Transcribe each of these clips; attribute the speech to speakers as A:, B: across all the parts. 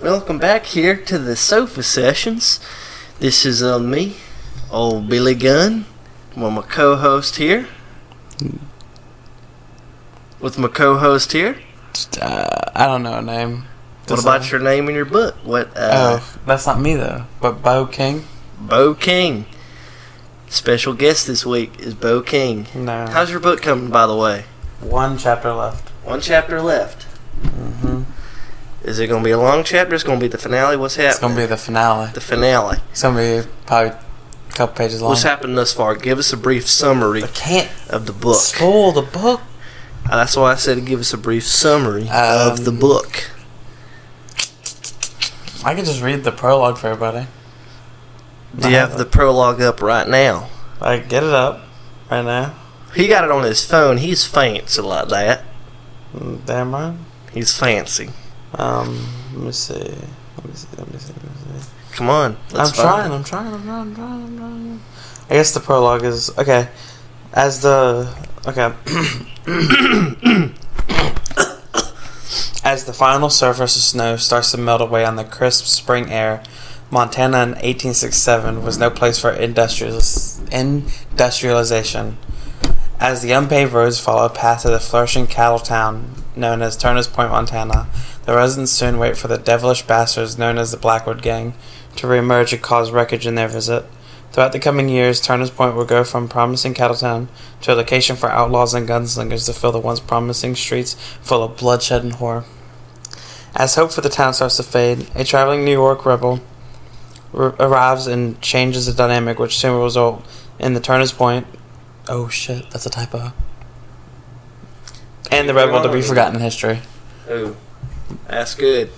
A: Welcome back here to the Sofa Sessions. This is on me, old Billy Gunn. I'm with my co-host here. With my co-host here.
B: Just, uh, I don't know a name.
A: What
B: Just,
A: about
B: uh,
A: your name in your book? What? Uh,
B: Oh, that's not me though. But Bo King.
A: Bo King. Special guest this week is Bo King.
B: No.
A: How's your book coming, by the way?
B: One chapter left.
A: One chapter left.
B: hmm
A: Is it going to be a long chapter? It's going to be the finale. What's happening?
B: It's gonna be the finale.
A: the finale.
B: It's gonna be probably a couple pages long.
A: What's happened thus far? Give us a brief summary
B: I can't
A: of the book.
B: spoil the book.
A: Uh, That's why I said give us a brief summary of the
B: Um,
A: book.
B: I could just read the prologue for everybody.
A: Do you have the prologue up right now?
B: I get it up right now.
A: He got it on his phone. He's fancy like that.
B: Mm, Damn right.
A: He's fancy.
B: Um, let me see. Let me see. Let me see. Let me see.
A: Come on. let's
B: I'm
A: find
B: trying, I'm trying, I'm trying, I'm trying, I'm trying. I guess the prologue is okay. As the okay. As the final surface of snow starts to melt away on the crisp spring air, Montana in 1867 was no place for industrialis- industrialization. As the unpaved roads follow path to the flourishing cattle town known as Turner's Point, Montana, the residents soon wait for the devilish bastards known as the Blackwood Gang to reemerge and cause wreckage in their visit. Throughout the coming years, Turner's Point will go from promising cattle town to a location for outlaws and gunslingers to fill the once promising streets full of bloodshed and horror. As hope for the town starts to fade, a traveling New York rebel r- arrives and changes the dynamic, which soon will result in the Turner's Point. Oh shit, that's a typo. And the rebel to be forgotten in history.
A: Ooh, Oh, that's good.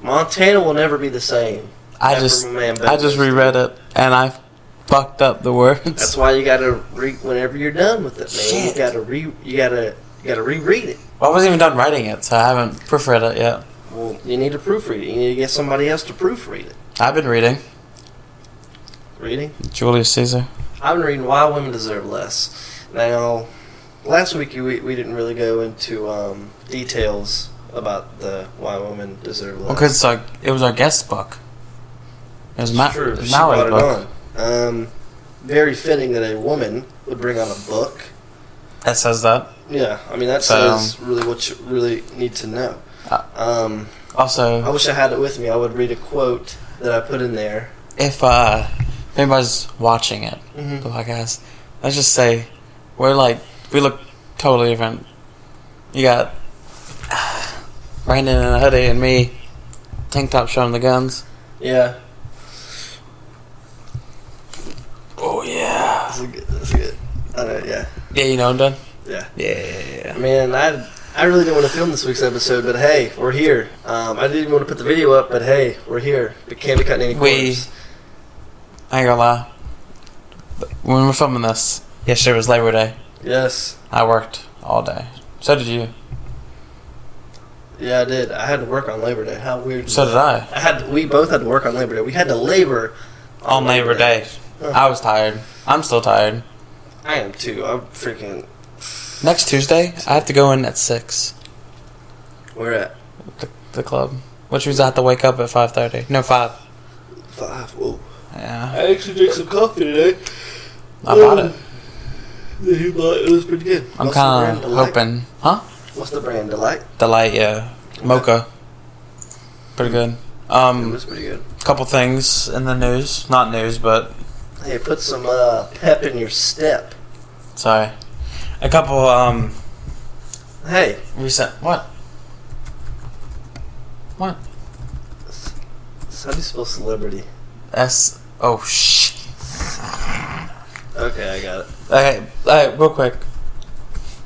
A: Montana will never be the same.
B: I
A: After
B: just,
A: my man
B: I just reread it and I fucked up the words.
A: That's why you gotta re. Whenever you're done with it, man,
B: Shit.
A: you gotta re. You gotta. You gotta reread it.
B: Well, I wasn't even done writing it, so I haven't proofread it yet.
A: Well, you need to proofread it. You need to get somebody else to proofread it.
B: I've been reading
A: Reading.
B: Julius Caesar.
A: I've been reading Why Women Deserve Less. Now, last week we, we didn't really go into um, details about the Why Women Deserve Less.
B: Well, 'cause it's like it was our guest book. It was
A: It's
B: Ma-
A: true.
B: it was
A: She
B: Mallory's
A: brought it
B: book.
A: on. Um, very fitting that a woman would bring on a book.
B: That says that.
A: Yeah, I mean that
B: So-
A: says really what you really need to know.
B: Uh,
A: Um, I
B: Also,
A: wish I had it with me. I would read a quote that I put in there.
B: if uh, if anybody's watching it,
A: Mhm.
B: the podcast, let's just say we're like we look totally different. You got Brandon in a hoodie and me, tank top showing the guns.
A: Yeah,
B: Oh yeah.
A: that's a good. That's a good. I know, yeah,
B: Yeah, you know what I'm done.
A: yeah.
B: Yeah.
A: Man, I I really didn't want to film this week's episode, but hey, we're here. Um, I didn't even want to put the video up, but hey, we're here. We can't be cutting any
B: We-
A: corners.
B: I ain't gonna lie. When we were filming this, yesterday was Labor Day.
A: Yes,
B: I worked all day. So did you.
A: yeah, I did. I had to work on Labor Day. How weird. is
B: So
A: that?
B: did I.
A: I had. We both had to work on Labor Day. We had to labor
B: On Labor Day.
A: Huh.
B: I was tired. I'm still tired.
A: I am too. I'm freaking.
B: Next Tuesday, I have to go in at 6.
A: We're at
B: The, the club. Which means I have to wake up at 5.30. No, 5.
A: five. Whoa.
B: Yeah.
A: I actually drank some coffee today.
B: I bought it.
A: It was pretty good.
B: I'm
A: What's the
B: kind
A: brand
B: of
A: Delight?
B: hoping. Huh?
A: What's the brand? Delight.
B: Delight, yeah. Mocha. Pretty good.
A: It
B: Um,
A: was pretty good.
B: couple things in the news. Not news, but
A: Hey, put some uh, pep in your step.
B: sorry. A couple, um,
A: Hey,
B: recent. What? What?
A: So how do you spell celebrity?
B: S. Oh, shit.
A: Okay, I got it.
B: Okay, all right, real quick.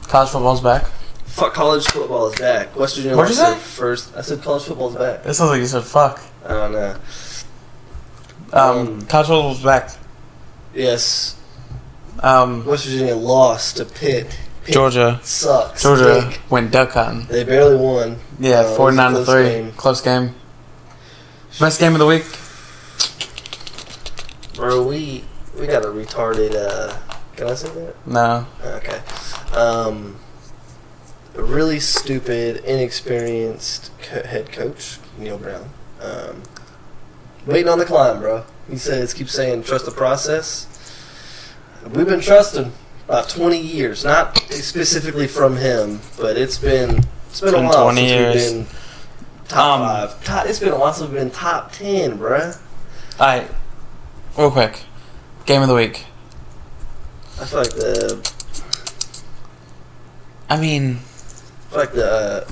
B: College football's back.
A: Fuck, college football is back. Western Union
B: What'd you
A: lost their
B: say?
A: first. I said college football is back.
B: It sounds like you said fuck.
A: I don't know.
B: Um,
A: Mm.
B: college football's back.
A: Yes,
B: Um,
A: West Virginia lost to Pitt. Pitt
B: Georgia.
A: sucks.
B: Georgia
A: Stink.
B: went duck hunting.
A: They barely won. Uh, it
B: Yeah,
A: was a
B: forty nine to
A: close
B: three.
A: game.
B: Close game. Best game of the week.
A: Bro, we we got a retarded. Uh, can I say that?
B: No,
A: Okay. Um, a really stupid, inexperienced co- head coach Neil Brown. Um, waiting on the climb, bro. He says, keep saying, trust the process. We've been trusting about 20 years, not specifically from him, but it's been it's been,
B: Been
A: a while
B: 20
A: since
B: years.
A: we've been top
B: Um,
A: five. Top, it's been a while since we've been top 10, bruh.
B: Alright, real quick. Game of the week.
A: I feel like the
B: I mean,
A: I feel like the uh,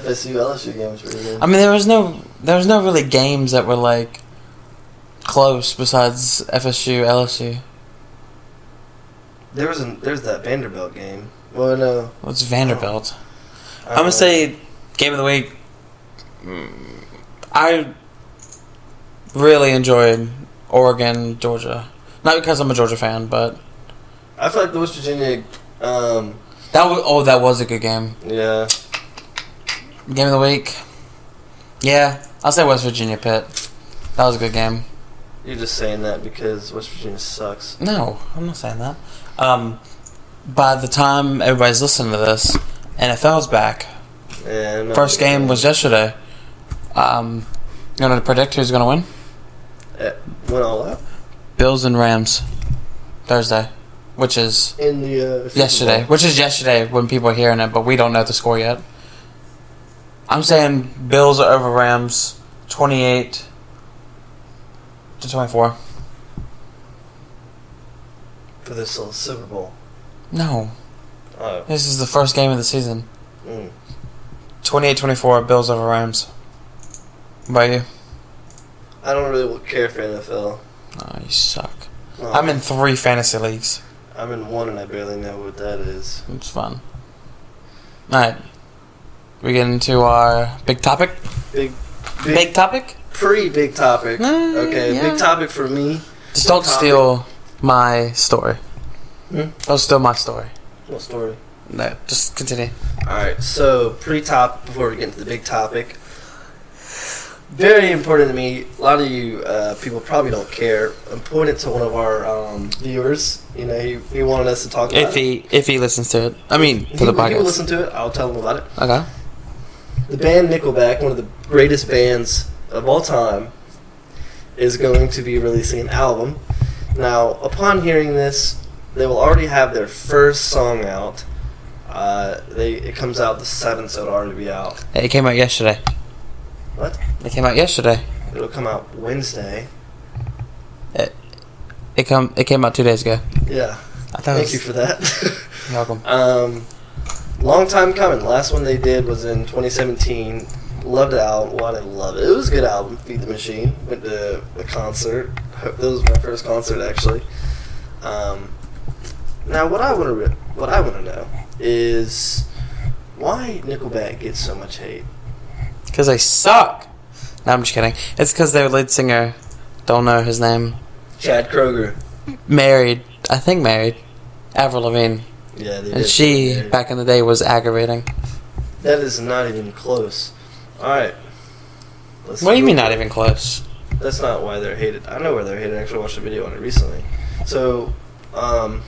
A: FSU LSU game was pretty good.
B: I mean, there was no, there was no really games that were like close besides FSU, LSU.
A: there was an, there's that Vanderbilt game. Well, no, uh,
B: What's Vanderbilt?
A: I
B: I'm
A: don't know.
B: gonna say game of the week. mm, I really enjoyed Oregon, Georgia. Not because I'm a Georgia fan, but
A: I feel like the West Virginia. Um,
B: that was oh that was a good game.
A: yeah,
B: Game of the week. Yeah, I'll say West Virginia Pitt. That was a good game.
A: you're just saying that because West Virginia sucks.
B: No, I'm not saying that. Um, by the time everybody's listening to this, NFL's back.
A: And uh,
B: First game was yesterday. Um, you want to predict who's gonna win?
A: went all out
B: Bills and Rams Thursday, which is
A: in the uh, Super
B: yesterday,
A: Bowl.
B: which is yesterday when people are hearing it, but we don't know the score yet. I'm saying Bills are over Rams 28 to 24.
A: for this little Super Bowl.
B: No,
A: Oh,
B: this is the first game of the season.
A: mm.
B: 28 24 Bills over Rams. What about you?
A: I don't really care for NFL.
B: Oh, you suck.
A: Oh,
B: I'm in three fantasy leagues.
A: I'm in one, and I barely know what that is.
B: It's fun. Alright. We get into our big topic?
A: Big,
B: Big,
A: big,
B: topic?
A: pretty big topic.
B: Mm,
A: Okay,
B: yeah.
A: big topic for me.
B: Just don't
A: topic.
B: steal my story.
A: Hmm?
B: Don't steal my story.
A: What story?
B: No, just continue.
A: All right, so pre-top before we get into the big topic. Very important to me. A lot of you uh, people probably don't care. I'm pointing to one of our um, viewers. You know, he, he wanted us to talk about
B: If
A: it.
B: he if he listens to it, I mean
A: He,
B: to the
A: will- he will
B: podcast.
A: listen to it. I'll tell him about it.
B: Okay.
A: The band Nickelback, one of the greatest bands of all time, is going to be releasing an album. Now, upon hearing this, they will already have their first song out. Uh, they it comes out the seventh, so it'll already be out.
B: It came out yesterday.
A: What?
B: It came out yesterday.
A: It'll come out Wednesday.
B: It come it came out two days ago.
A: Yeah.
B: I thought
A: Thank
B: it
A: you
B: was,
A: for that.
B: You're welcome.
A: um, long time coming. Last one they did was in 2017. Loved the album. Well, I didn't love it. It was a good album. Feed the Machine. Went to a concert. That was my first concert actually. Um, now what I want to re- what I want to know is why Nickelback gets so much hate.
B: Because they suck. No, I'm just kidding. It's because their lead singer, don't know his name,
A: Chad Kroger.
B: married. I think married. Avril Lavigne,
A: Yeah, they
B: and
A: did.
B: she
A: They-
B: back in the day was aggravating.
A: That is not even close. All right. Let's
B: What do you
A: move
B: mean not
A: on.
B: even close?
A: That's not why they're hated. I know where they're hated. I actually watched a video on it recently. So, um,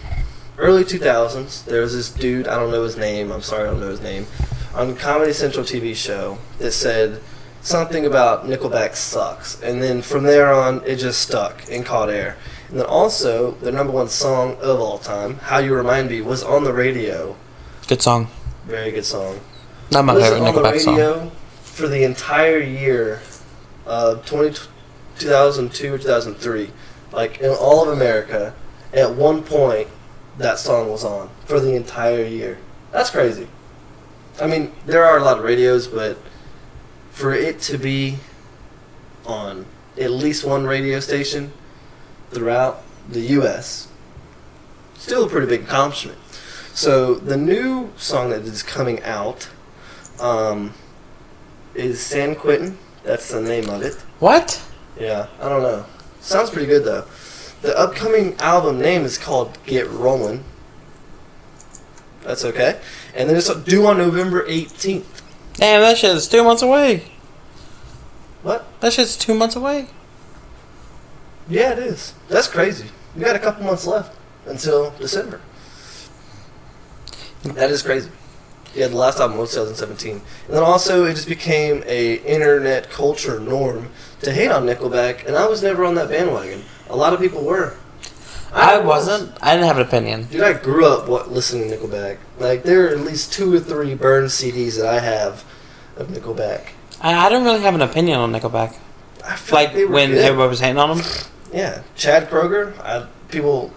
A: early 2000s, there was this dude, I don't know his name, I'm sorry I don't know his name, on Comedy Central TV show that said something about Nickelback sucks. And then from there on, it just stuck and caught air. And then also, their number one song of all time, How You Remind Me, was on the radio.
B: Good song.
A: Very good song.
B: Not my
A: Was
B: favorite
A: on
B: Nickelback
A: the
B: song.
A: radio for the entire year of 20, 2002 or 2003, like in all of America. At one point, that song was on for the entire year. That's crazy. I mean, there are a lot of radios, but for it to be on at least one radio station throughout the U.S., still a pretty big accomplishment. So the new song that is coming out um, is San Quentin. That's the name of it.
B: What?
A: Yeah, I don't know. Sounds pretty good though. The upcoming album name is called Get Rollin'. That's okay. And then it's due on November 18th.
B: Damn, that shit is two months away.
A: What?
B: That shit's two months away.
A: Yeah, it is. That's crazy. We got a couple months left until December. That is crazy. Yeah, the last album was 2017, and then also it just became a internet culture norm to hate on Nickelback, and I was never on that bandwagon. A lot of people were.
B: I wasn't. I didn't have an opinion.
A: Dude, I grew up what, listening to Nickelback. Like there are at least two or three burned CDs that I have of Nickelback.
B: I, I didn't really have an opinion on Nickelback.
A: I feel
B: Like
A: they were
B: when
A: good.
B: everybody was hating on them.
A: yeah, Chad Kroger, I, people.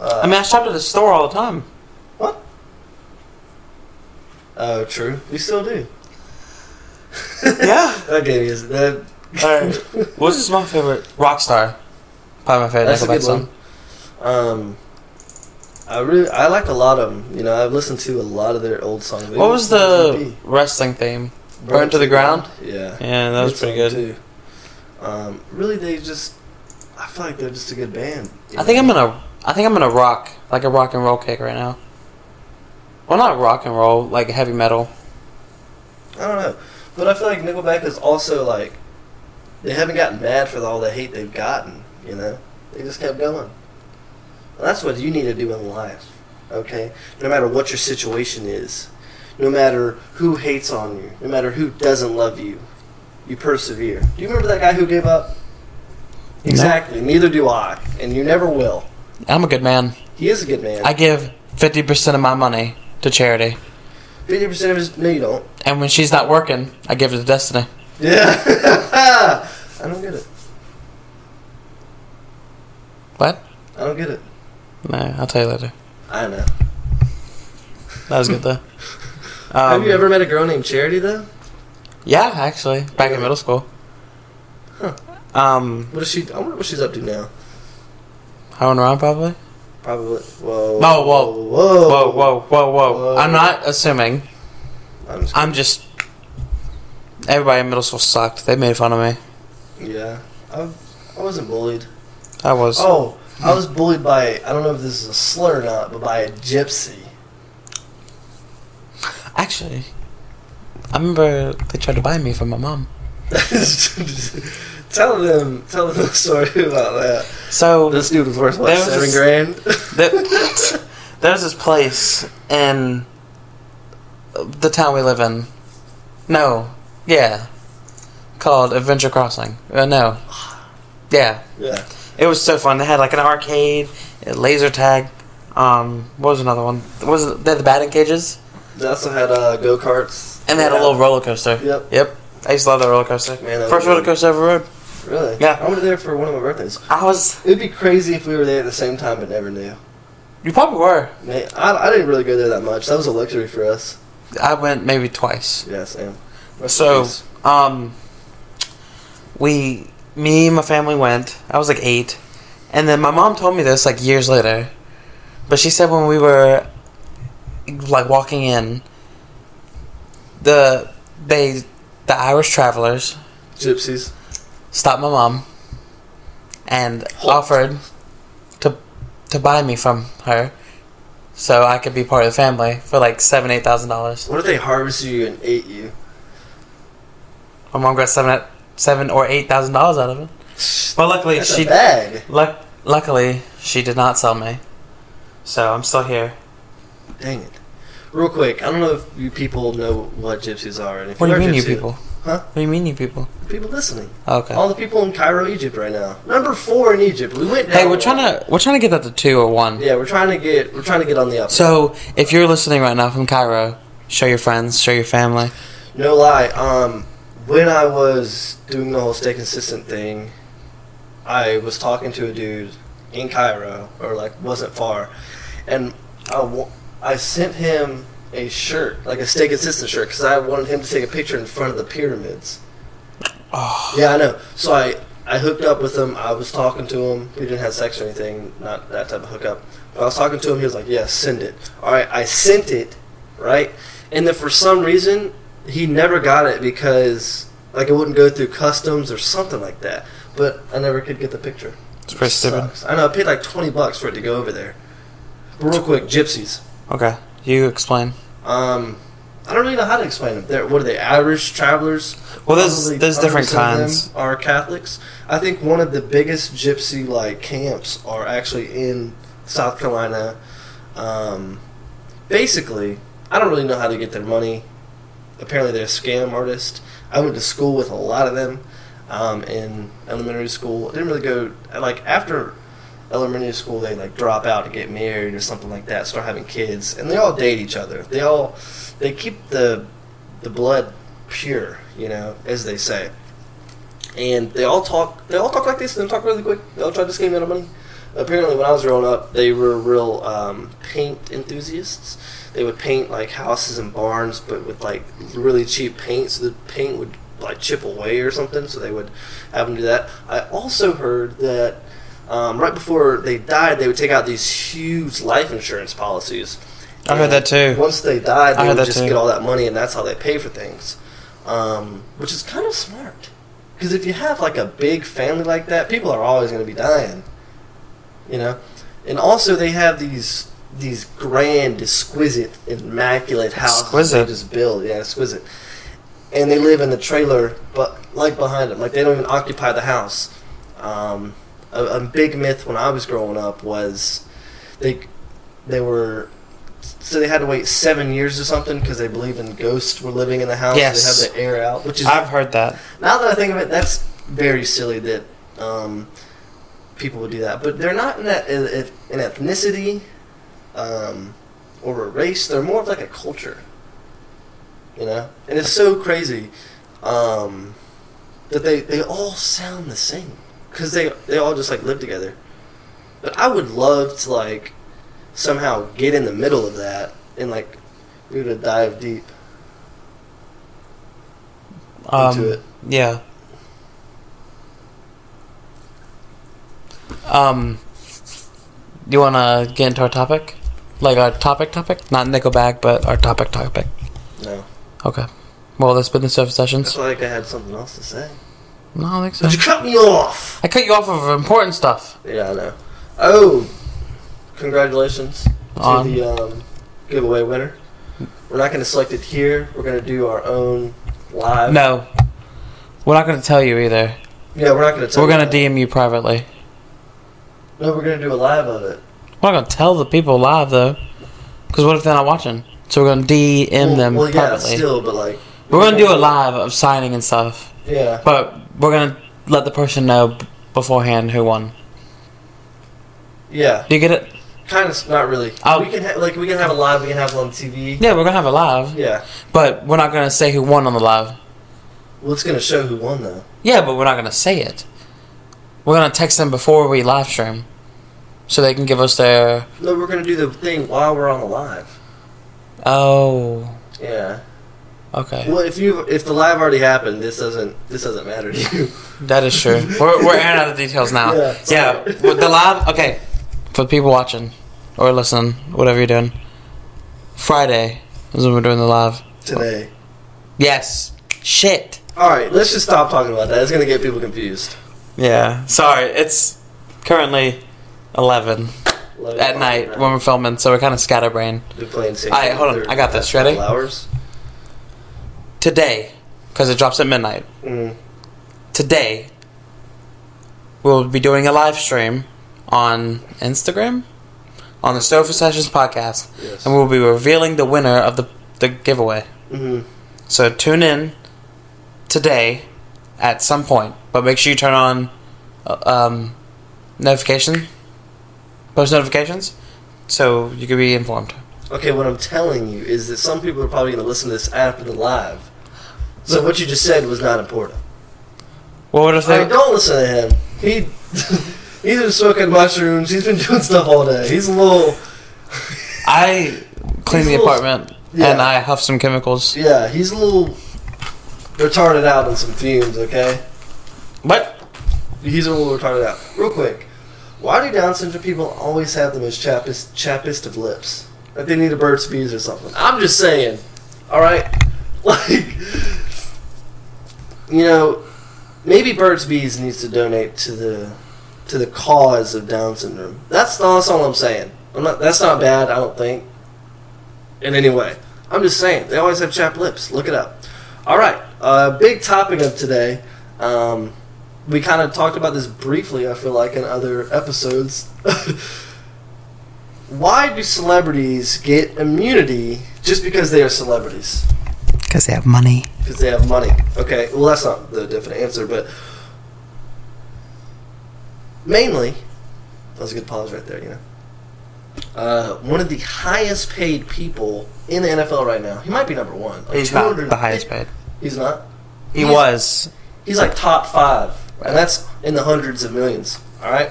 A: Uh,
B: I mean, I shopped at the store all the time.
A: what? Oh, true. We still do.
B: Yeah.
A: That game is that.
B: Alright. What's is my favorite? Rockstar. Probably my favorite
A: That's a
B: Nickelback
A: good one.
B: song.
A: Um, I really I like a lot of them. You know, I've listened to a lot of their old songs.
B: What was E the wrestling theme? Burn to the Ground?
A: E Yeah,
B: Yeah, that
A: Good
B: was pretty good.
A: song, Too. Um, really, they just I feel like they're just a good band. you
B: I think I'm
A: know?
B: gonna. I think I'm gonna rock like a rock and roll kick right now. Well, not rock and roll, like heavy metal.
A: I don't know, but I feel like Nickelback is also like they haven't gotten mad for all the hate they've gotten. You know, they just kept going. And that's what you need to do in life. Okay, no matter what your situation is, no matter who hates on you, no matter who doesn't love you, you persevere. Do you remember that guy who gave up?
B: No.
A: Exactly. Neither do I, and you never will.
B: I'm a good man.
A: He is a good man.
B: I give fifty percent of my money to charity,
A: Fifty percent of his. No, you don't.
B: and when she's not working, I give it to Destiny.
A: Yeah. I don't get it.
B: What?
A: I don't get it.
B: No, I'll tell you later.
A: I know.
B: That was good though. Um,
A: Have you ever met a girl named Charity though?
B: Yeah, actually, back in middle school.
A: Huh.
B: Um,
A: What is she? I wonder what she's up to now.
B: hoeing around probably.
A: Probably. Whoa.
B: No, whoa.
A: Whoa.
B: Whoa, whoa, whoa, whoa,
A: Whoa.
B: I'm not assuming.
A: I'm just,
B: I'm just. Everybody in middle school sucked. They made fun of me.
A: yeah. I, I wasn't bullied.
B: I was.
A: Oh, I was bullied by I don't know if this is a slur or not, but by a gypsy.
B: Actually, I remember they tried to buy me from my mom.
A: tell them. Tell them the story about that.
B: So
A: This dude was worth what?
B: There was
A: Seven
B: this-
A: grand.
B: the, there's this place in the town we live in. No, yeah, called Adventure Crossing. Uh, no, yeah,
A: yeah.
B: it was so fun. They had like an arcade, a laser tag. Um, what was another one? Was it, they had the batting cages,
A: They also had uh, go karts.
B: and they had a little roller coaster.
A: Yep.
B: Yep. I used to love that roller coaster.
A: Man, that was
B: First
A: good.
B: roller coaster I ever rode.
A: Really?
B: Yeah.
A: I went there for one of my birthdays.
B: I was.
A: It'd be crazy if we were there at the same time but never knew.
B: You probably were.
A: Man, I, I didn't really go there that much. That was a luxury for us.
B: I went maybe twice.
A: Yeah, Sam.
B: So, um, we, me and my family went. I was like eight. And then my mom told me this like years later. But she said when we were like walking in, the, they, the Irish travelers
A: gypsies.
B: stopped my mom and
A: Halt.
B: offered to, to buy me from her so I could be part of the family for like seven, eight thousand dollars.
A: What if they harvested you and ate you?
B: My mom got seven, seven or eight thousand dollars out of it. Well, luckily
A: That's
B: she
A: a bag.
B: luck, luckily she did not sell me, so I'm still here.
A: Dang it. Real quick, I don't know if you people know what gypsies are. And if
B: What do
A: you
B: you
A: are
B: mean, you
A: gypsy,
B: people?
A: Huh? Oh,
B: What do you mean, you people? Oh,
A: People listening.
B: Okay.
A: All the people in Cairo, Egypt right now. Number four in Egypt. We went down.
B: hey, we're trying to we're trying to get that to two or one.
A: Yeah, we're trying to get we're trying to get on the up.
B: So if you're listening right now from Cairo, show your friends, show your family.
A: No lie. Um, when I was doing the whole stay consistent thing, I was talking to a dude in Cairo, or like wasn't far, and I, wa- I sent him a shirt, like a stay consistent shirt, because I wanted him to take a picture in front of the pyramids.
B: Oh,
A: Yeah, I know. So I I hooked up with him. I was talking to him. We didn't have sex or anything. Not that type of hookup. But I was talking to him. He was like, "Yeah, send it." All right, I sent it, right? And then for some reason, he never got it because like it wouldn't go through customs or something like that. But I never could get the picture.
B: it's pretty stupid.
A: Sucks. I know. I paid like twenty bucks for it to go over there. But real quick, gypsies.
B: Okay, you explain.
A: Um, I don't really know how to explain them. They're, what are they? Irish travelers.
B: Well, there's
A: Probably
B: there's different
A: 100% of
B: kinds.
A: them Are Catholics? I think one of the biggest gypsy like camps are actually in South Carolina. Um, basically, I don't really know how to get their money. Apparently, they're scam artists. I went to school with a lot of them um, in elementary school. I didn't really go like after elementary school. They like drop out and get married or something like that. Start having kids, and they all date each other. They all they keep the the blood pure, you know, as they say. And they all talk. They all talk like this. and They talk really quick. They all try to scam out of money apparently when I was growing up, they were real um, paint enthusiasts. They would paint like houses and barns, but with like really cheap paint, so the paint would like chip away or something. So they would have them do that. I also heard that um, right before they died, they would take out these huge life insurance policies.
B: I heard that too.
A: Once they died,
B: I
A: they
B: heard
A: would
B: that
A: just
B: too.
A: get all that money, and that's how they pay for things, um, which is kind of smart. Because if you have like a big family like that, people are always going to be dying you know and also they have these these grand exquisite immaculate houses
B: Exquisite.
A: they just build yeah exquisite and they live in the trailer but like behind them like they don't even occupy the house um, a, a big myth when i was growing up was they they were so they had to wait seven years or something because they believe in ghosts were living in the house.
B: Yes.
A: They have the air out, which is
B: I've heard that.
A: now that I think of it, that's very silly that um, people would do that. But they're not in that in in ethnicity um, or a race. They're more of like a culture, you know. And it's so crazy um, that they they all sound the same because they they all just like live together. But I would love to like somehow get in the middle of that and like we would dive deep
B: Um,
A: into it.
B: Yeah. Um, you want to get into our topic? Like our topic topic? Not Nickelback, but our topic topic.
A: No,
B: Okay. Well, that's been the Surface
A: it's
B: Sessions.
A: like I had something else to say.
B: No, I don't
A: But
B: think
A: you
B: so.
A: cut me off.
B: I cut you off of important stuff.
A: Yeah, I know. Oh, congratulations to
B: On.
A: the um, giveaway winner. We're not going to select it here. We're going to do our own live.
B: No. We're not going to tell you either.
A: Yeah, we're not going to.
B: We're going to DM you privately.
A: No, we're going to do a live of it.
B: We're not going to tell the people live, though. Because what if they're not watching? So we're going to DM
A: well,
B: them
A: Well, yeah,
B: privately.
A: still, but like
B: we're going to do a live of signing and stuff.
A: Yeah,
B: But we're gonna let the person know b- beforehand who won.
A: yeah.
B: Do you get it?
A: Kind of, not really.
B: I'll-
A: we can ha- like we can have a live. We can have it on TV.
B: Yeah, we're gonna have a live,
A: Yeah.
B: but we're not gonna say who won on the live.
A: Well, it's going to show who won though.
B: Yeah, but we're not gonna say it. We're gonna text them before we live stream, so they can give us their
A: No, we're going to do the thing while we're on the live.
B: oh.
A: Yeah.
B: Okay,
A: Well, if you if the live already happened, this doesn't this doesn't matter to you.
B: that is true. We're we're airing out the details now.
A: Yeah,
B: Yeah, with the live. Okay, for the people watching or listening, whatever you're doing. Friday is when we're doing the live.
A: today.
B: Yes. Shit.
A: All right, let's just stop talking about that. It's gonna get people confused.
B: Yeah. Sorry, it's currently eleven at night when we're filming, so we're kind of scatterbrained
A: we're playing. Safe
B: All right, hold on. I got this. Ready?
A: Hours.
B: today because it drops at midnight.
A: Mm.
B: Today, we'll be doing a live stream on Instagram on the Sofa Sessions podcast,
A: Yes.
B: and we'll be revealing the winner of the the giveaway.
A: hmm
B: So tune in today at some point, but make sure you turn on uh, um, notification, post notifications, so you can be informed.
A: Okay, what I'm telling you is that some people are probably gonna listen to this after the live. So what you just said was not important.
B: Well, what if
A: I
B: they?
A: mean, don't listen to him. He he's been smoking mushrooms. He's been doing stuff all day. He's a little
B: I clean the
A: These little-
B: apartment
A: Yeah.
B: and I huff some chemicals.
A: yeah. He's a little retarded out on some fumes. Okay.
B: What?
A: He's a little retarded out. Real quick, why do Down syndrome people always have the most chappest, chappest of lips? Like they need a Burt's Bees or something. I'm just saying. All right, like you know, maybe Burt's Bees needs to donate to the to the cause of Down syndrome. That's that's all I'm saying. I'm not. That's not bad. I don't think. In any way, I'm just saying they always have chapped lips. Look it up. All right, uh, big topic of today. Um, we kind of talked about this briefly, I feel like, in other episodes. Why do celebrities get immunity just because they are celebrities,
C: because they have money.
A: because they have money. Okay, well that's not the definite answer, but mainly that was a good pause right there. You know, uh, one of the highest paid people in the NFL right now. He might be number one. Like
B: He's not
A: 200
B: the highest paid.
A: He's not.
B: He
A: He's-
B: was.
A: He's like top five, and that's in the hundreds of millions. All right,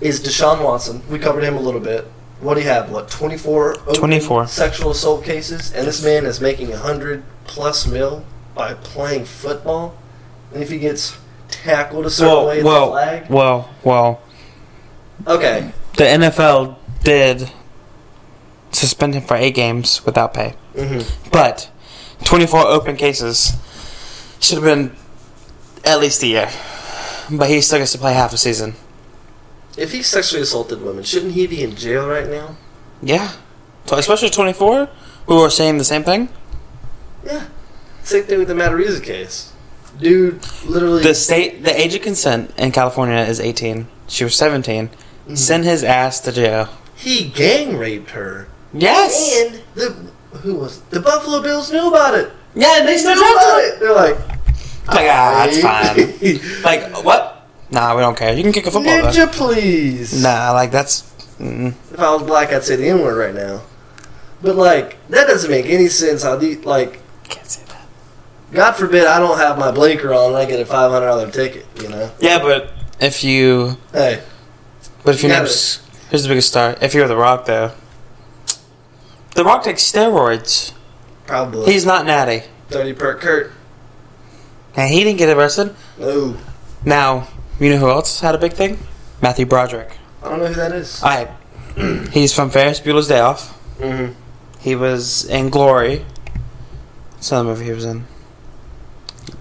A: is Deshaun Watson? We covered him a little bit. What do you have? What twenty four?
B: 24.
A: sexual assault cases, and this man is making a hundred plus mil by playing football. And if he gets tackled a certain way,
B: Well,
A: in the
B: well,
A: flag.
B: well, well.
A: Okay,
B: The NFL did suspend him for eight games without pay.
A: hmm
B: But 24 open cases should have been at least a year. But he still gets to play half a season.
A: if he sexually assaulted women, shouldn't he be in jail right now?
B: Yeah. So especially 24, we were saying the same thing.
A: Yeah, same thing with the Matariza case. Dude, literally.
B: The state, the age of consent in California is 18. She was 17.
A: Mhm.
B: Send his ass to jail.
A: he gang raped her.
B: Yes.
A: And the who was it? the Buffalo Bills knew about it.
B: Yeah, they still
A: Knew about it. They're like,
B: Like, ah, it's fine.
A: fine.
B: Like what? Nah, we don't care. You can kick a football. Though.
A: Ninja, please.
B: Nah, like that's. Mm.
A: If I was black, I'd say the N word right now. But like, that doesn't make any sense. How the like,
B: Can't say that.
A: God forbid, I don't have my blinker on and I get a five hundred dollar ticket. You know?
B: Yeah, but if you,
A: Hey,
B: but if your
A: Yeah,
B: name's here's the biggest star. If you're The Rock, though, The Rock takes steroids.
A: probably
B: He's not natty,
A: thirty per Kurt.
B: and he didn't get arrested.
A: No,
B: Now, you know who else had a big thing? Matthew Broderick.
A: I don't know who that is.
B: All right, he's from Ferris Bueller's Day Off.
A: Mm-hmm.
B: He was in Glory. What's another movie he was in?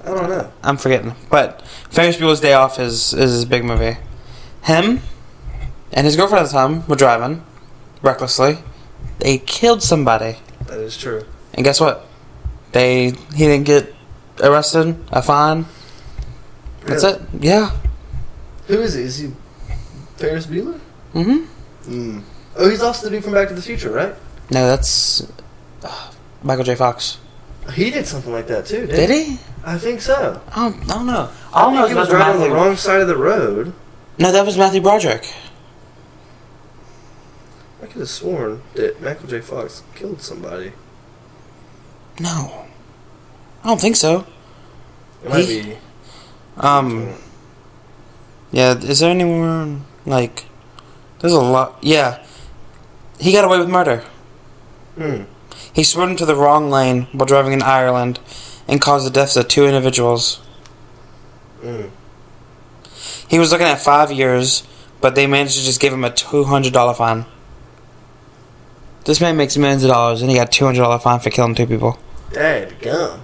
A: I don't know.
B: I'm forgetting. But Ferris Bueller's Day Off is, is his big movie. Him and his girlfriend at the time were driving recklessly. They killed somebody.
A: That is true.
B: And guess what? They he didn't get arrested, a fine. That's
A: Really?
B: it. Yeah.
A: Who is he? Is he Ferris Bueller?
B: Mm-hmm.
A: Mm. Oh, he's also the dude from Back to the Future, right?
B: No, that's uh, Michael J. Fox.
A: He did something like that too. Didn't
B: Did he?
A: I think so.
B: I don't, I don't know. All I
A: think
B: know
A: he
B: is
A: was
B: was
A: right on
B: Matthew.
A: the wrong side of the road.
B: No, that was Matthew Broderick.
A: I could have sworn that Michael J. Fox killed somebody.
B: No, I don't think so.
A: It might
B: He-
A: be.
B: Um. Yeah, is there anyone like? There's a lot. Yeah, he got away with murder.
A: Hmm.
B: He swerved into the wrong lane while driving in Ireland, and caused the deaths of two individuals.
A: Mm.
B: He was looking at five years, but they managed to just give him a two hundred dollar fine. This man makes millions of dollars, and he got two hundred dollar fine for killing two people.
A: Dad gum.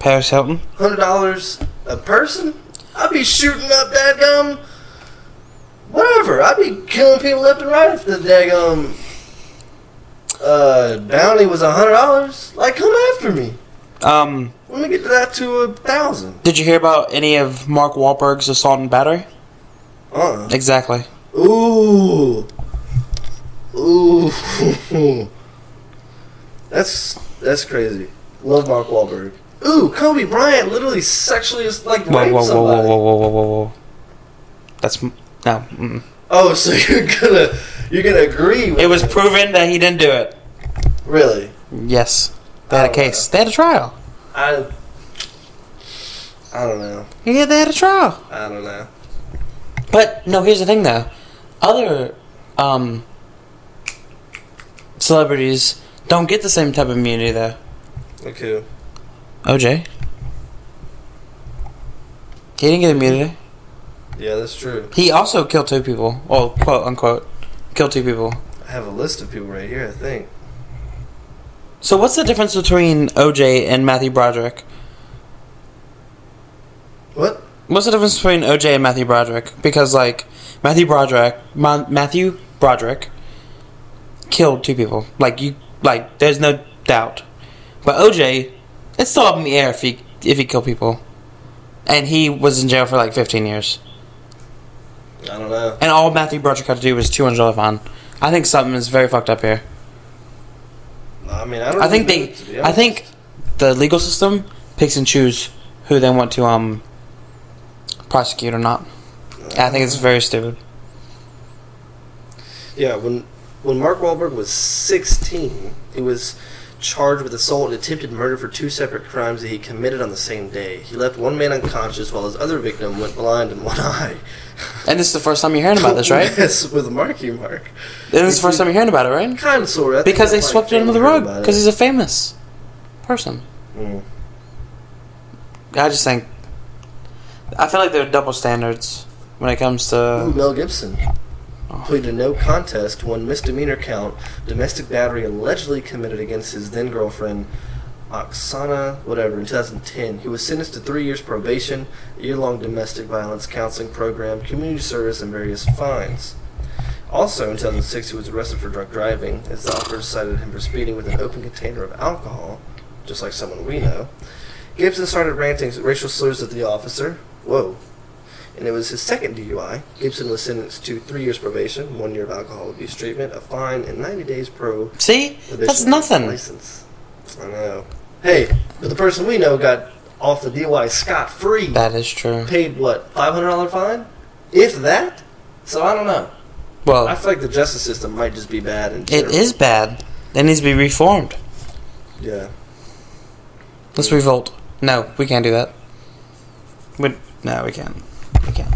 B: Paris Hilton.
A: Hundred dollars a person? I'd be shooting up dad gum. Whatever. I'd be killing people left and right if the daggum uh, bounty was a hundred dollars. Like, come after me.
B: Um,
A: Let me get that to a thousand.
B: did you hear about any of Mark Wahlberg's assault and battery?
A: Uh.
B: Exactly.
A: Ooh. Ooh. that's that's crazy. Love Mark Wahlberg. Ooh, Kobe Bryant literally sexually is like
B: Whoa,
A: raped
B: whoa, whoa,
A: somebody.
B: whoa, whoa, whoa, whoa, whoa, whoa. That's m- no. Mm.
A: Oh, so you're gonna you're gonna agree with
B: It was proven that he didn't do it.
A: really?
B: Yes, they had a
A: Oh,
B: case. They had a trial.
A: I I don't know.
B: Yeah, they had a trial.
A: I don't know.
B: But no, here's the thing though. Other um celebrities don't get the same type of immunity though.
A: Like who?
B: OJ. He didn't get immunity.
A: Yeah, that's true.
B: He also killed two people. Well, quote unquote, killed two people.
A: I have a list of people right here. I think.
B: So what's the difference between OJ and Matthew Broderick?
A: What?
B: What's the difference between OJ and Matthew Broderick? Because like Matthew Broderick, Ma- Matthew Broderick killed two people. Like you, like there's no doubt. But OJ, it's still up in the air if he if he killed people, and he was in jail for like 15 years.
A: I don't know.
B: And all Matthew Broderick had to do was 200 dollar fine. I think something is very fucked up here.
A: I mean, I don't.
B: I think
A: really know,
B: they.
A: to be
B: I
A: honest.
B: think the legal system picks and choose who they want to um prosecute or not. And I think it's very stupid.
A: Yeah, when when Mark Wahlberg was 16, he was charged with assault and attempted murder for two separate crimes that he committed on the same day. He left one man unconscious while his other victim went blind in one eye.
B: And this is the first time you're hearing about this, right?
A: yes, with Marky Mark.
B: This is the first time you're hearing about it, right?
A: Kind of sort of.
B: Because they swept it under the rug. Because he's a famous person.
A: Mm.
B: I just think. I feel like there are double standards when it comes
A: Ooh,
B: to.
A: Mel Gibson pleaded no contest one misdemeanor count domestic battery allegedly committed against his then girlfriend Oksana whatever in 2010 he was sentenced to three years probation a year-long domestic violence counseling program community service and various fines also in 2006 he was arrested for drunk driving as the officers cited him for speeding with an open container of alcohol just like someone we know Gibson started ranting racial slurs at the officer whoa and it was his second DUI. Gibson was sentenced to three years probation, one year of alcohol abuse treatment, a fine, and 90 days pro.
B: See? That's
A: prohibition
B: nothing.
A: License. I know. Hey, but the person we know got off the DUI scot free.
B: That is true.
A: Paid what? $500 fine, if that. So I don't know. I
B: Well,
A: feel like the justice system might just be bad. In
B: Oh. it
A: general.
B: is bad. It needs to be reformed.
A: Yeah.
B: Let's revolt. No, we can't do that. We, no, we can't. We can't.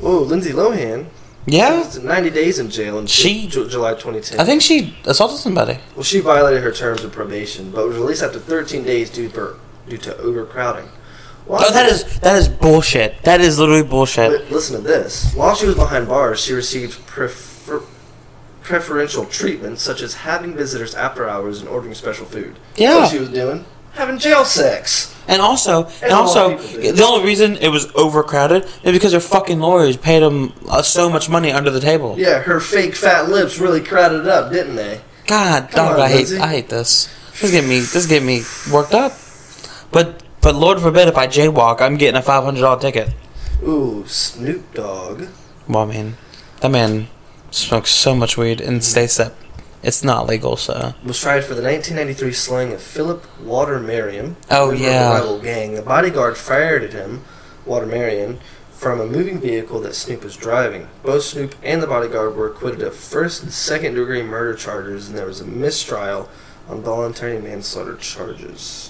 A: Whoa, Lindsay Lohan.
B: Yeah?
A: sentenced to 90 days in jail in
B: She-
A: Ju- July 2010.
B: I think she assaulted somebody.
A: Well, she violated her terms of probation, but was released after 13 days due for due to overcrowding. While
B: Oh, that is that is bullshit. That is literally bullshit.
A: But listen to this. While she was behind bars, she received prefer, preferential treatment, such as having visitors after hours and ordering special food.
B: Yeah.
A: What she was doing? Having jail sex.
B: And also, and
A: a lot
B: also,
A: of people do.
B: the only reason it was overcrowded is because their fucking lawyers paid them uh, so much money under the table.
A: Yeah, her fake fat lips really crowded up, didn't they?
B: God,
A: Come
B: dog,
A: on,
B: I hate
A: Lindsay.
B: I hate this. This is getting me this is getting me worked up. But but Lord forbid if I jaywalk, I'm getting a five hundred dollar ticket.
A: Ooh, Snoop Dogg.
B: Well, I mean, that man smokes so much weed in states that it's not legal. So
A: was tried for the 1993 slaying of Philip Water Merriam.
B: Oh,
A: member of
B: yeah.
A: the rival gang. A bodyguard fired at him, Water Merriam, from a moving vehicle that Snoop was driving. Both Snoop and the bodyguard were acquitted of first and second degree murder charges, and there was a mistrial on voluntary manslaughter charges.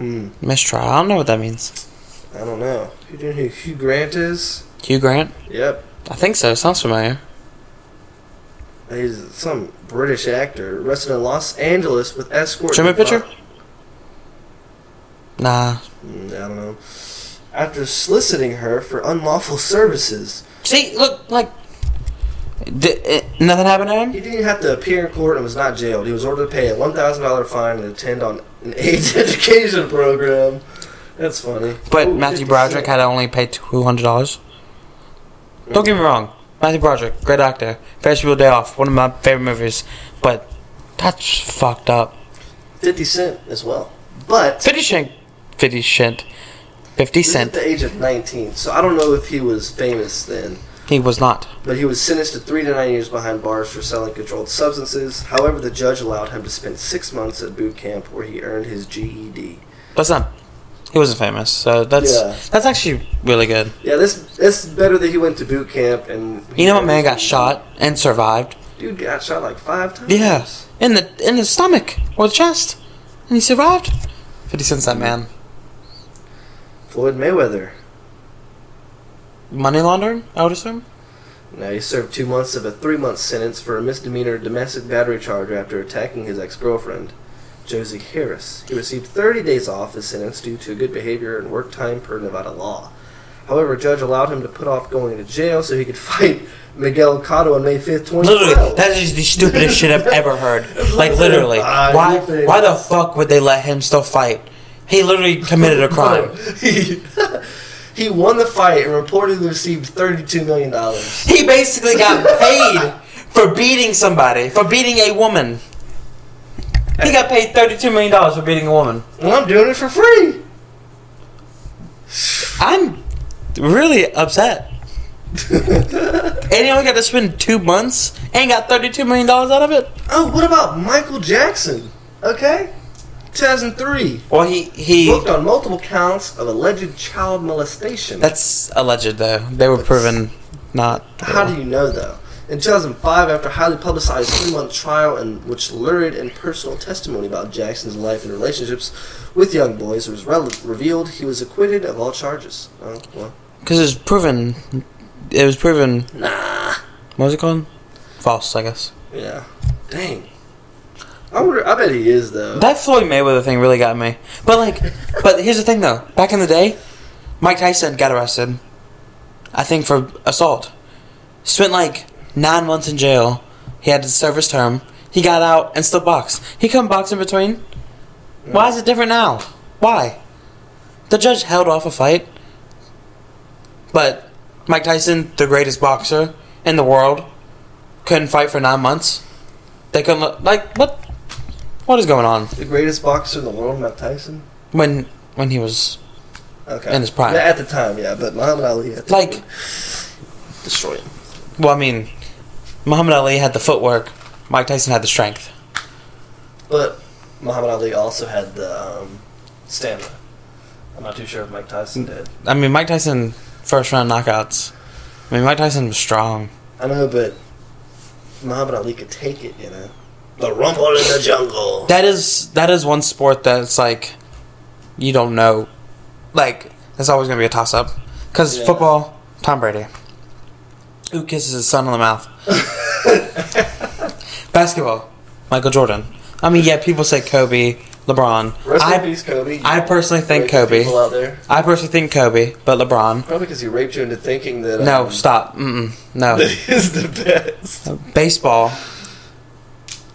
A: Hmm,
B: mistrial. I don't know what that means.
A: I don't know. Who do you know who Hugh Grant is?
B: Hugh Grant.
A: Yep.
B: I think so. Sounds familiar.
A: He's some British actor arrested in Los Angeles with escort.
B: Show me a picture. Nah.
A: Mm, I don't know. After soliciting her for unlawful services,
B: See, look, like, di- eh, nothing happened to him.
A: he didn't have to appear in court and was not jailed. He was ordered to pay a one thousand dollar fine and attend on an AIDS education program. That's funny.
B: But
A: Ooh,
B: Matthew
A: 50
B: Broderick
A: cent.
B: had only paid two hundred dollars. Don't get me wrong, Matthew Broderick, great actor. Ferris Bueller Day Off, one of my favorite movies. But that's fucked up.
A: fifty cent as well. But
B: Fifty cent. Fifty cent. Fifty
A: this is at
B: cent.
A: the age of nineteen, so I don't know if he was famous then.
B: He was not.
A: But he was sentenced to three to nine years behind bars for selling controlled substances. However, the judge allowed him to spend six months at boot camp where he earned his E GED.
B: That's not. He wasn't famous, so that's
A: Yeah.
B: that's actually really good.
A: Yeah, this this is better that he went to boot camp and
B: You know, what man got shot and survived.
A: Dude got shot like five times.
B: Yeah, in the in the stomach or the chest, and he survived. Fifty cents, that man.
A: Floyd Mayweather.
B: Money laundering, I would assume.
A: Now he served two months of a three month sentence for a misdemeanor domestic battery charge after attacking his ex girlfriend, Josie Harris. He received 30 days off his sentence due to good behavior and work time per Nevada law. However, a judge allowed him to put off going to jail so he could fight Miguel Cotto on May 5th, 2012.
B: Literally, that is the stupidest shit I've ever heard. Like literally,
A: Ah,
B: why
A: you think-
B: why the fuck would they let him still fight? He literally committed a crime.
A: he, he won the fight and reportedly received $32 million.
B: He basically got paid for beating somebody, for beating a woman. He got paid thirty-two million dollars for beating a woman.
A: Well, I'm doing it for free.
B: I'm really upset. And he only got to spend two months and got thirty-two million dollars out of it.
A: Oh, what about Michael Jackson? Okay, 2003.
B: Well, he he.
A: Booked on multiple counts of alleged child molestation.
B: That's alleged though. They were proven not.
A: How do you know, though? In 2005, after a highly publicized three-month trial in which lurid and personal testimony about Jackson's life and relationships with young boys was rel- revealed, he was acquitted of all charges. Oh, well.
B: Because it's proven. It was proven.
A: Nah.
B: What was it called? False, I guess.
A: Yeah. Dang. I wonder. I bet he is though.
B: That Floyd Mayweather thing really got me. But like, but here's the thing though. Back in the day, Mike Tyson got arrested. I think for assault. Spent like nine months in jail. He had to serve his term. He got out and still boxed. He couldn't box in between. Why is it different now? Why? The judge held off a fight. But Mike Tyson, the greatest boxer in the world, couldn't fight for nine months. They couldn't look, like what? What is going on?
A: the greatest boxer in the world, Mike Tyson.
B: when when he was
A: Okay.
B: In his prime.
A: Yeah, at the time, yeah, but Muhammad Ali at the
B: like
A: destroy him.
B: well i mean muhammad ali had the footwork mike tyson had the strength
A: But Muhammad Ali also had the um, stamina. I'm not too sure if Mike Tyson did.
B: i mean mike tyson first round knockouts i mean mike tyson was strong
A: I know, but Muhammad Ali could take it, you know. The rumble in the jungle.
B: that is that is one sport that's like you don't know like that's always gonna be a toss up because
A: Yeah.
B: football tom brady who kisses his son on the mouth basketball michael jordan i mean yeah people say kobe lebron
A: Rest in
B: I,
A: peace, Kobe. You
B: I personally think
A: raped
B: Kobe.
A: People out there.
B: I personally think Kobe, but LeBron.
A: Probably because he raped you into thinking that
B: No,
A: um,
B: stop. Mm-mm. No.
A: that he is the best.
B: Baseball.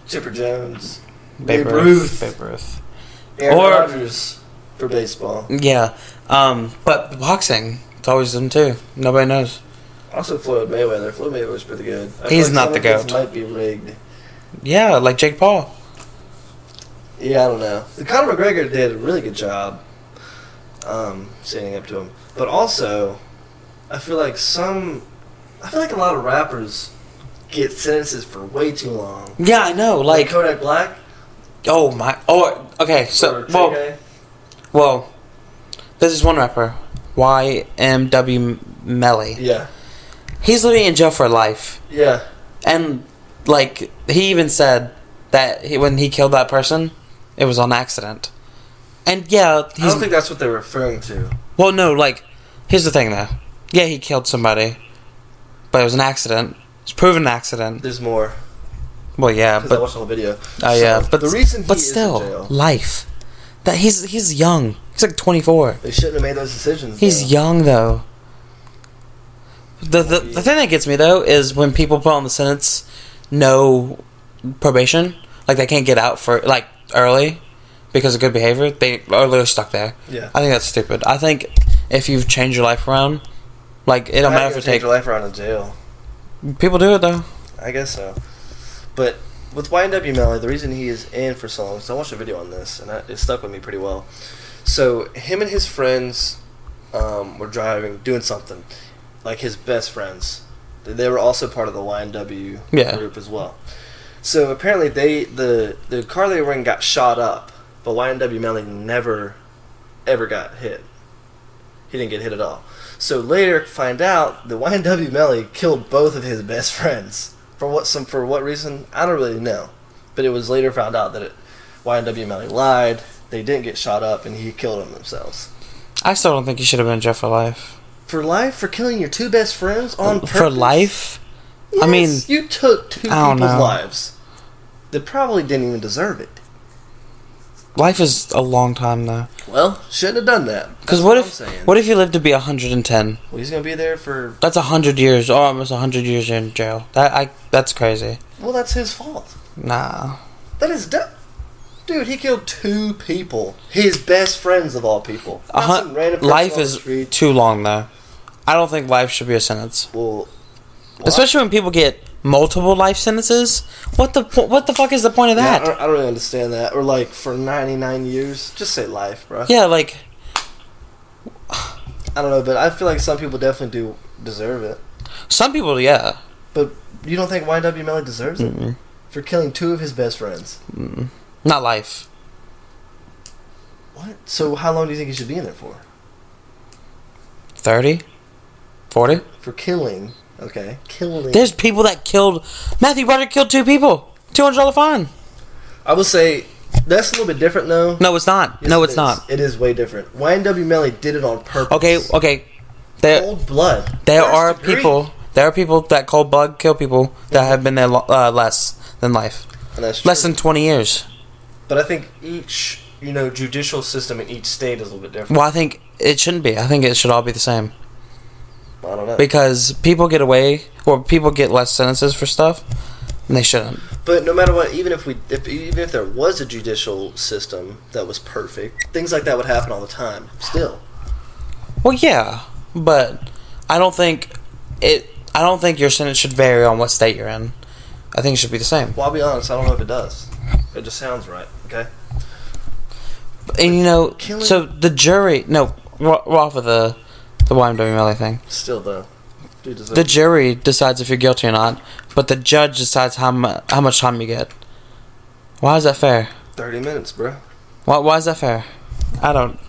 A: Chipper Jones,
B: Babe
A: Babe
B: Ruth.
A: Ruth.
B: Babe Ruth.
A: Aaron
B: Or-
A: Rodgers for baseball.
B: Yeah. Um, but boxing. It's always them too. Nobody knows.
A: Also, Floyd Mayweather. Floyd Mayweather's pretty good. I feel
B: He's not
A: some
B: the
A: of these
B: goat.
A: Might be rigged.
B: Yeah, like Jake Paul.
A: Yeah, I don't know. The Conor McGregor did a really good job um, standing up to him, but also, I feel like some, I feel like a lot of rappers get sentences for way too long.
B: Yeah, I know.
A: Like
B: Like,
A: Kodak Black.
B: oh my. Oh, okay. So,
A: or
B: well,
A: TK.
B: well, this is one rapper, YMW Melly.
A: yeah,
B: He's living in jail for life.
A: yeah,
B: And like he even said that he, when he killed that person, it was on accident. And yeah,
A: I
B: he's
A: don't think that's what they're referring to.
B: well, no, like here's the thing though. Yeah, he killed somebody, but it was an accident. It's proven an accident.
A: There's more.
B: Well, yeah,
A: 'cause I
B: but
A: watched the whole video.
B: oh yeah, but
A: the reason he
B: but
A: is in
B: still
A: jail-
B: life. That he's he's young. He's like 24.
A: They shouldn't have made those decisions.
B: He's
A: though.
B: young though. The, the the thing that gets me though is when people put on the sentence no probation, like they can't get out for like early because of good behavior, they are literally stuck there.
A: Yeah.
B: I think that's stupid. I think if you've changed your life around, like it don't
A: How you
B: matter
A: gonna
B: if it
A: your life around in jail.
B: take people do it though.
A: I guess so. But with YNW Melly, the reason he is in for so long is I watched a video on this, and I, it stuck with me pretty well. So him and his friends um, were driving, doing something, like his best friends. They- They were also part of the YNW
B: Yeah.
A: group as well. So apparently they the the car they were in got shot up, but YNW Melly never ever got hit. He didn't get hit at all. So later, find out that YNW Melly killed both of his best friends. For what some for what reason? I don't really know. But it was later found out that it, YNW Melly lied. They didn't get shot up, and he killed them themselves
B: I still don't think you should have been in jail for life.
A: for life for killing your two best friends on purpose.
B: For life, I mean,
A: Yes, you took two
B: I don't
A: people's
B: know.
A: lives. That probably didn't even deserve it.
B: life is a long time though.
A: Well, shouldn't have done that.
B: Because
A: That's
B: what
A: I'm
B: if
A: saying.
B: what if you live to be 110?
A: Well, he's gonna be there for?
B: That's a hundred years, or almost a hundred years in jail. That I that's crazy.
A: Well, that's his fault.
B: Nah.
A: That is dumb. Dude, he killed two people. His best friends of all people.
B: A
A: Not
B: hun-
A: some random person
B: life
A: on the
B: is
A: street.
B: too long though. I don't think life should be a sentence,
A: Well,
B: especially when people get multiple life sentences. What the po- what the fuck is the point of
A: yeah, uh, I,
B: that?
A: don't, I don't really understand that. Or like for 99 years, just say life, bro.
B: Yeah, like
A: I don't know, but I feel like some people definitely do deserve it.
B: some people, yeah,
A: But you don't think YW Melly deserves it
B: Mm-mm.
A: for killing two of his best friends?
B: Mm-mm. Not life.
A: What? So how long do you think he should be in there for?
B: 30? 40?
A: For killing? Okay, killing.
B: There's people that killed. Matthew Broderick killed two people. $200 fine.
A: I would say that's a little bit different though.
B: No, it's not.
A: Yes,
B: no,
A: it
B: it's
A: is.
B: not.
A: It is way different. YW Melly did it on purpose.
B: Okay, okay. There,
A: Cold blood.
B: there
A: First
B: are
A: degree.
B: people. There are people that cold blood kill people that have been there lo- uh, less than life,
A: And that's
B: less
A: true.
B: than twenty years.
A: But I think each you know judicial system in each state is a little bit different.
B: Well, I think it shouldn't be. I think it should all be the same
A: I don't know.
B: because people get away or people get less sentences for stuff, and they shouldn't.
A: But no matter what, even if we, if, even if there was a judicial system that was perfect, things like that would happen all the time. Still,
B: Well, yeah, but I don't think it. I don't think your sentence should vary on what state you're in. I think it should be the same.
A: well, I'll be honest. I don't know if it does. It just sounds right. Okay.
B: And you know,
A: Killing-
B: so the jury. No, we're we're off of the the YMWMLA thing.
A: Still though, dude deserves.
B: The jury decides if you're guilty or not, but the judge decides how mu- how much time you get. Why is that fair?
A: Thirty minutes, bro.
B: Why why is that fair? I don't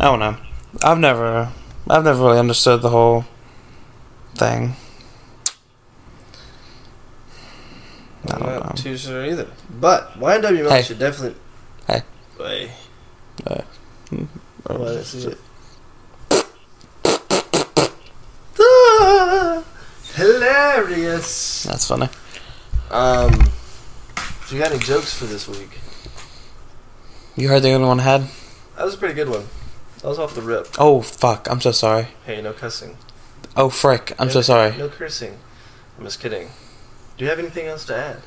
B: I don't know. I've never I've never really understood the whole thing. I
A: I'm
B: don't
A: not
B: know.
A: too sure either. But YNW Melly
B: Hey.
A: should definitely.
B: Hey.
A: Hey.
B: Hey.
A: Well, this is it. Ah, Hilarious.
B: That's funny.
A: Um, do you got any jokes for this week?
B: You heard the only one I had?
A: That was a pretty good one. That was off the rip.
B: Oh fuck, I'm so sorry.
A: Hey, no cussing.
B: Oh frick, I'm so
A: No-
B: sorry.
A: No cursing. I'm just kidding. Do you have anything else to add?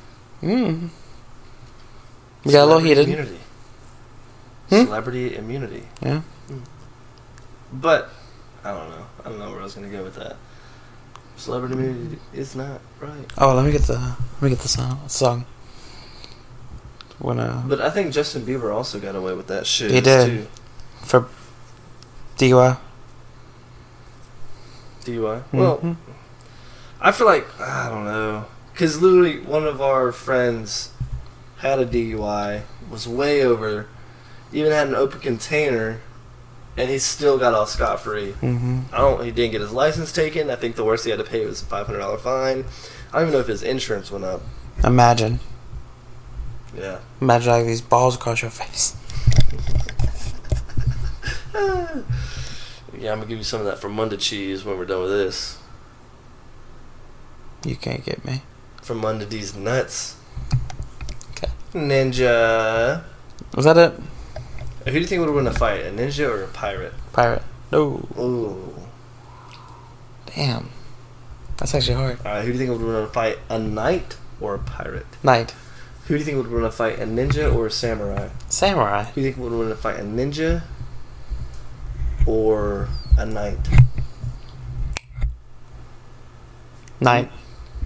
B: Mm. We got a little
A: Celebrity
B: heated.
A: Immunity.
B: Hmm?
A: Celebrity immunity. Hmm.
B: Yeah.
A: But I don't know. I don't know where I was gonna go with that. Celebrity immunity is not right.
B: Oh, let me get the let me get the song. Song. When uh,
A: But I think Justin Bieber also got away with that shit.
B: He did. for DUI.
A: Too. DUI. Well,
B: Mhm.
A: I feel like I don't know, because literally one of our friends had a DUI, was way over, even had an open container, and he still got off scot free.
B: Mhm.
A: I don't. He didn't get his license taken. I think the worst he had to pay was a five hundred dollar fine. I don't even know if his insurance went up.
B: Imagine.
A: Yeah.
B: Imagine like these balls across your face.
A: Yeah, I'm gonna give you some of that from Munda cheese when we're done with this.
B: You can't get me.
A: From Munda D's nuts.
B: Okay.
A: Ninja.
B: Was that it?
A: Who do you think would win a fight, a ninja or a pirate?
B: Pirate. No.
A: Ooh.
B: Damn. That's actually hard.
A: All right, Uh, who do you think would win a fight, a knight or a pirate?
B: Knight.
A: Who do you think would win a fight, a ninja or a samurai?
B: Samurai.
A: Who do you think would win a fight, a ninja or a knight?
B: Knight.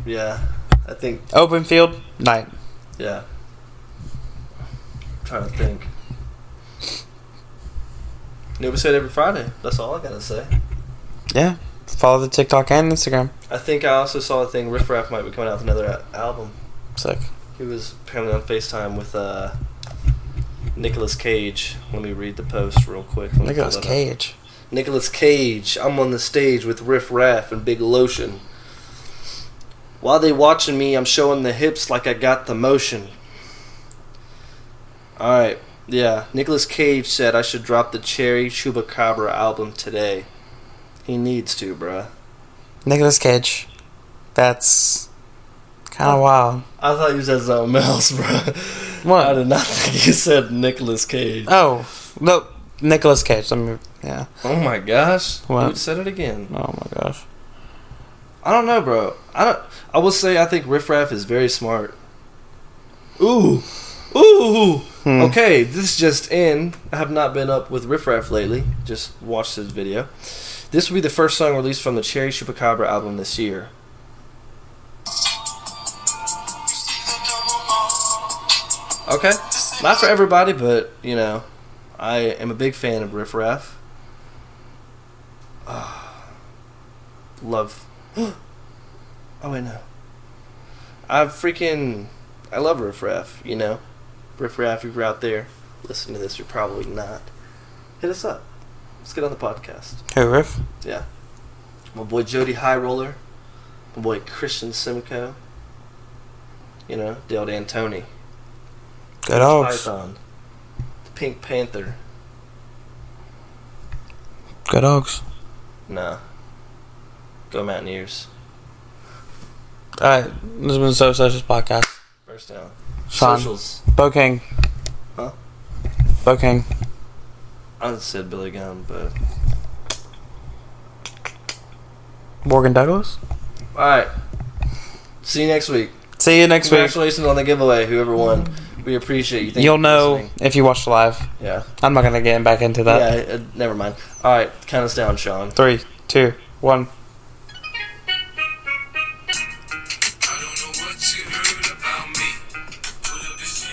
A: Yeah, I think.
B: Open field. Knight.
A: Yeah. I'm trying to think. New episode every Friday. That's all I gotta say.
B: Yeah. Follow the TikTok and Instagram.
A: I think I also saw a thing. Riff Raff might be coming out with another a- album.
B: Sick.
A: He was apparently on FaceTime with uh, Nicholas Cage. Let me read the post real quick. Let me
B: Look at
A: pull
B: those
A: that up.
B: cage.
A: Nicholas Cage. I'm on the stage with Riff Raff and Big Lotion. While they watching me, I'm showing the hips like I got the motion. All right, yeah. Nicholas Cage said I should drop the Cherry Chubacabra album today. He needs to, bruh.
B: Nicholas Cage. That's kind of wild.
A: I thought you said something else, bruh.
B: What?
A: I did not think you said Nicholas Cage.
B: Oh no, Nicholas Cage. I mean, yeah.
A: Oh my gosh!
B: What?
A: You said it again.
B: Oh my gosh.
A: I don't know, bro. I don't. I will say I think Riff Raff is very smart. Ooh, ooh.
B: Hmm.
A: Okay, this just in. I have not been up with Riff Raff lately. Just watched his video. This will be the first song released from the Cherry Chupacabra album this year. Okay, not for everybody, but you know, I am a big fan of Riff Raff. Ah, love. Oh wait, no. I freaking I love Riff Raff, you know. Riff Raff, if you're out there listening to this, you're probably not. Hit us up. Let's get on the podcast.
B: Who, Riff?
A: Yeah. My boy Jody High Roller. My boy Christian Simcoe. You know, Dale D'Antoni.
B: Good old.
A: Python. The Pink Panther.
B: Good dogs.
A: Nah. Go Mountaineers.
B: Alright, this has been So Socials Podcast.
A: First down.
B: Sean.
A: Socials.
B: Bo King.
A: Huh?
B: Bo King.
A: I would've said Billy Gunn, but
B: Morgan Douglas.
A: alright. See you next week.
B: See you next week.
A: Congratulations on the giveaway, whoever won. We appreciate you. Thank you
B: You'll
A: for
B: know
A: listening.
B: if you watch live.
A: Yeah.
B: I'm not gonna get back into that.
A: Yeah, uh, never mind. All right, count us down, Sean.
B: Three, two, one.
C: I don't know what you heard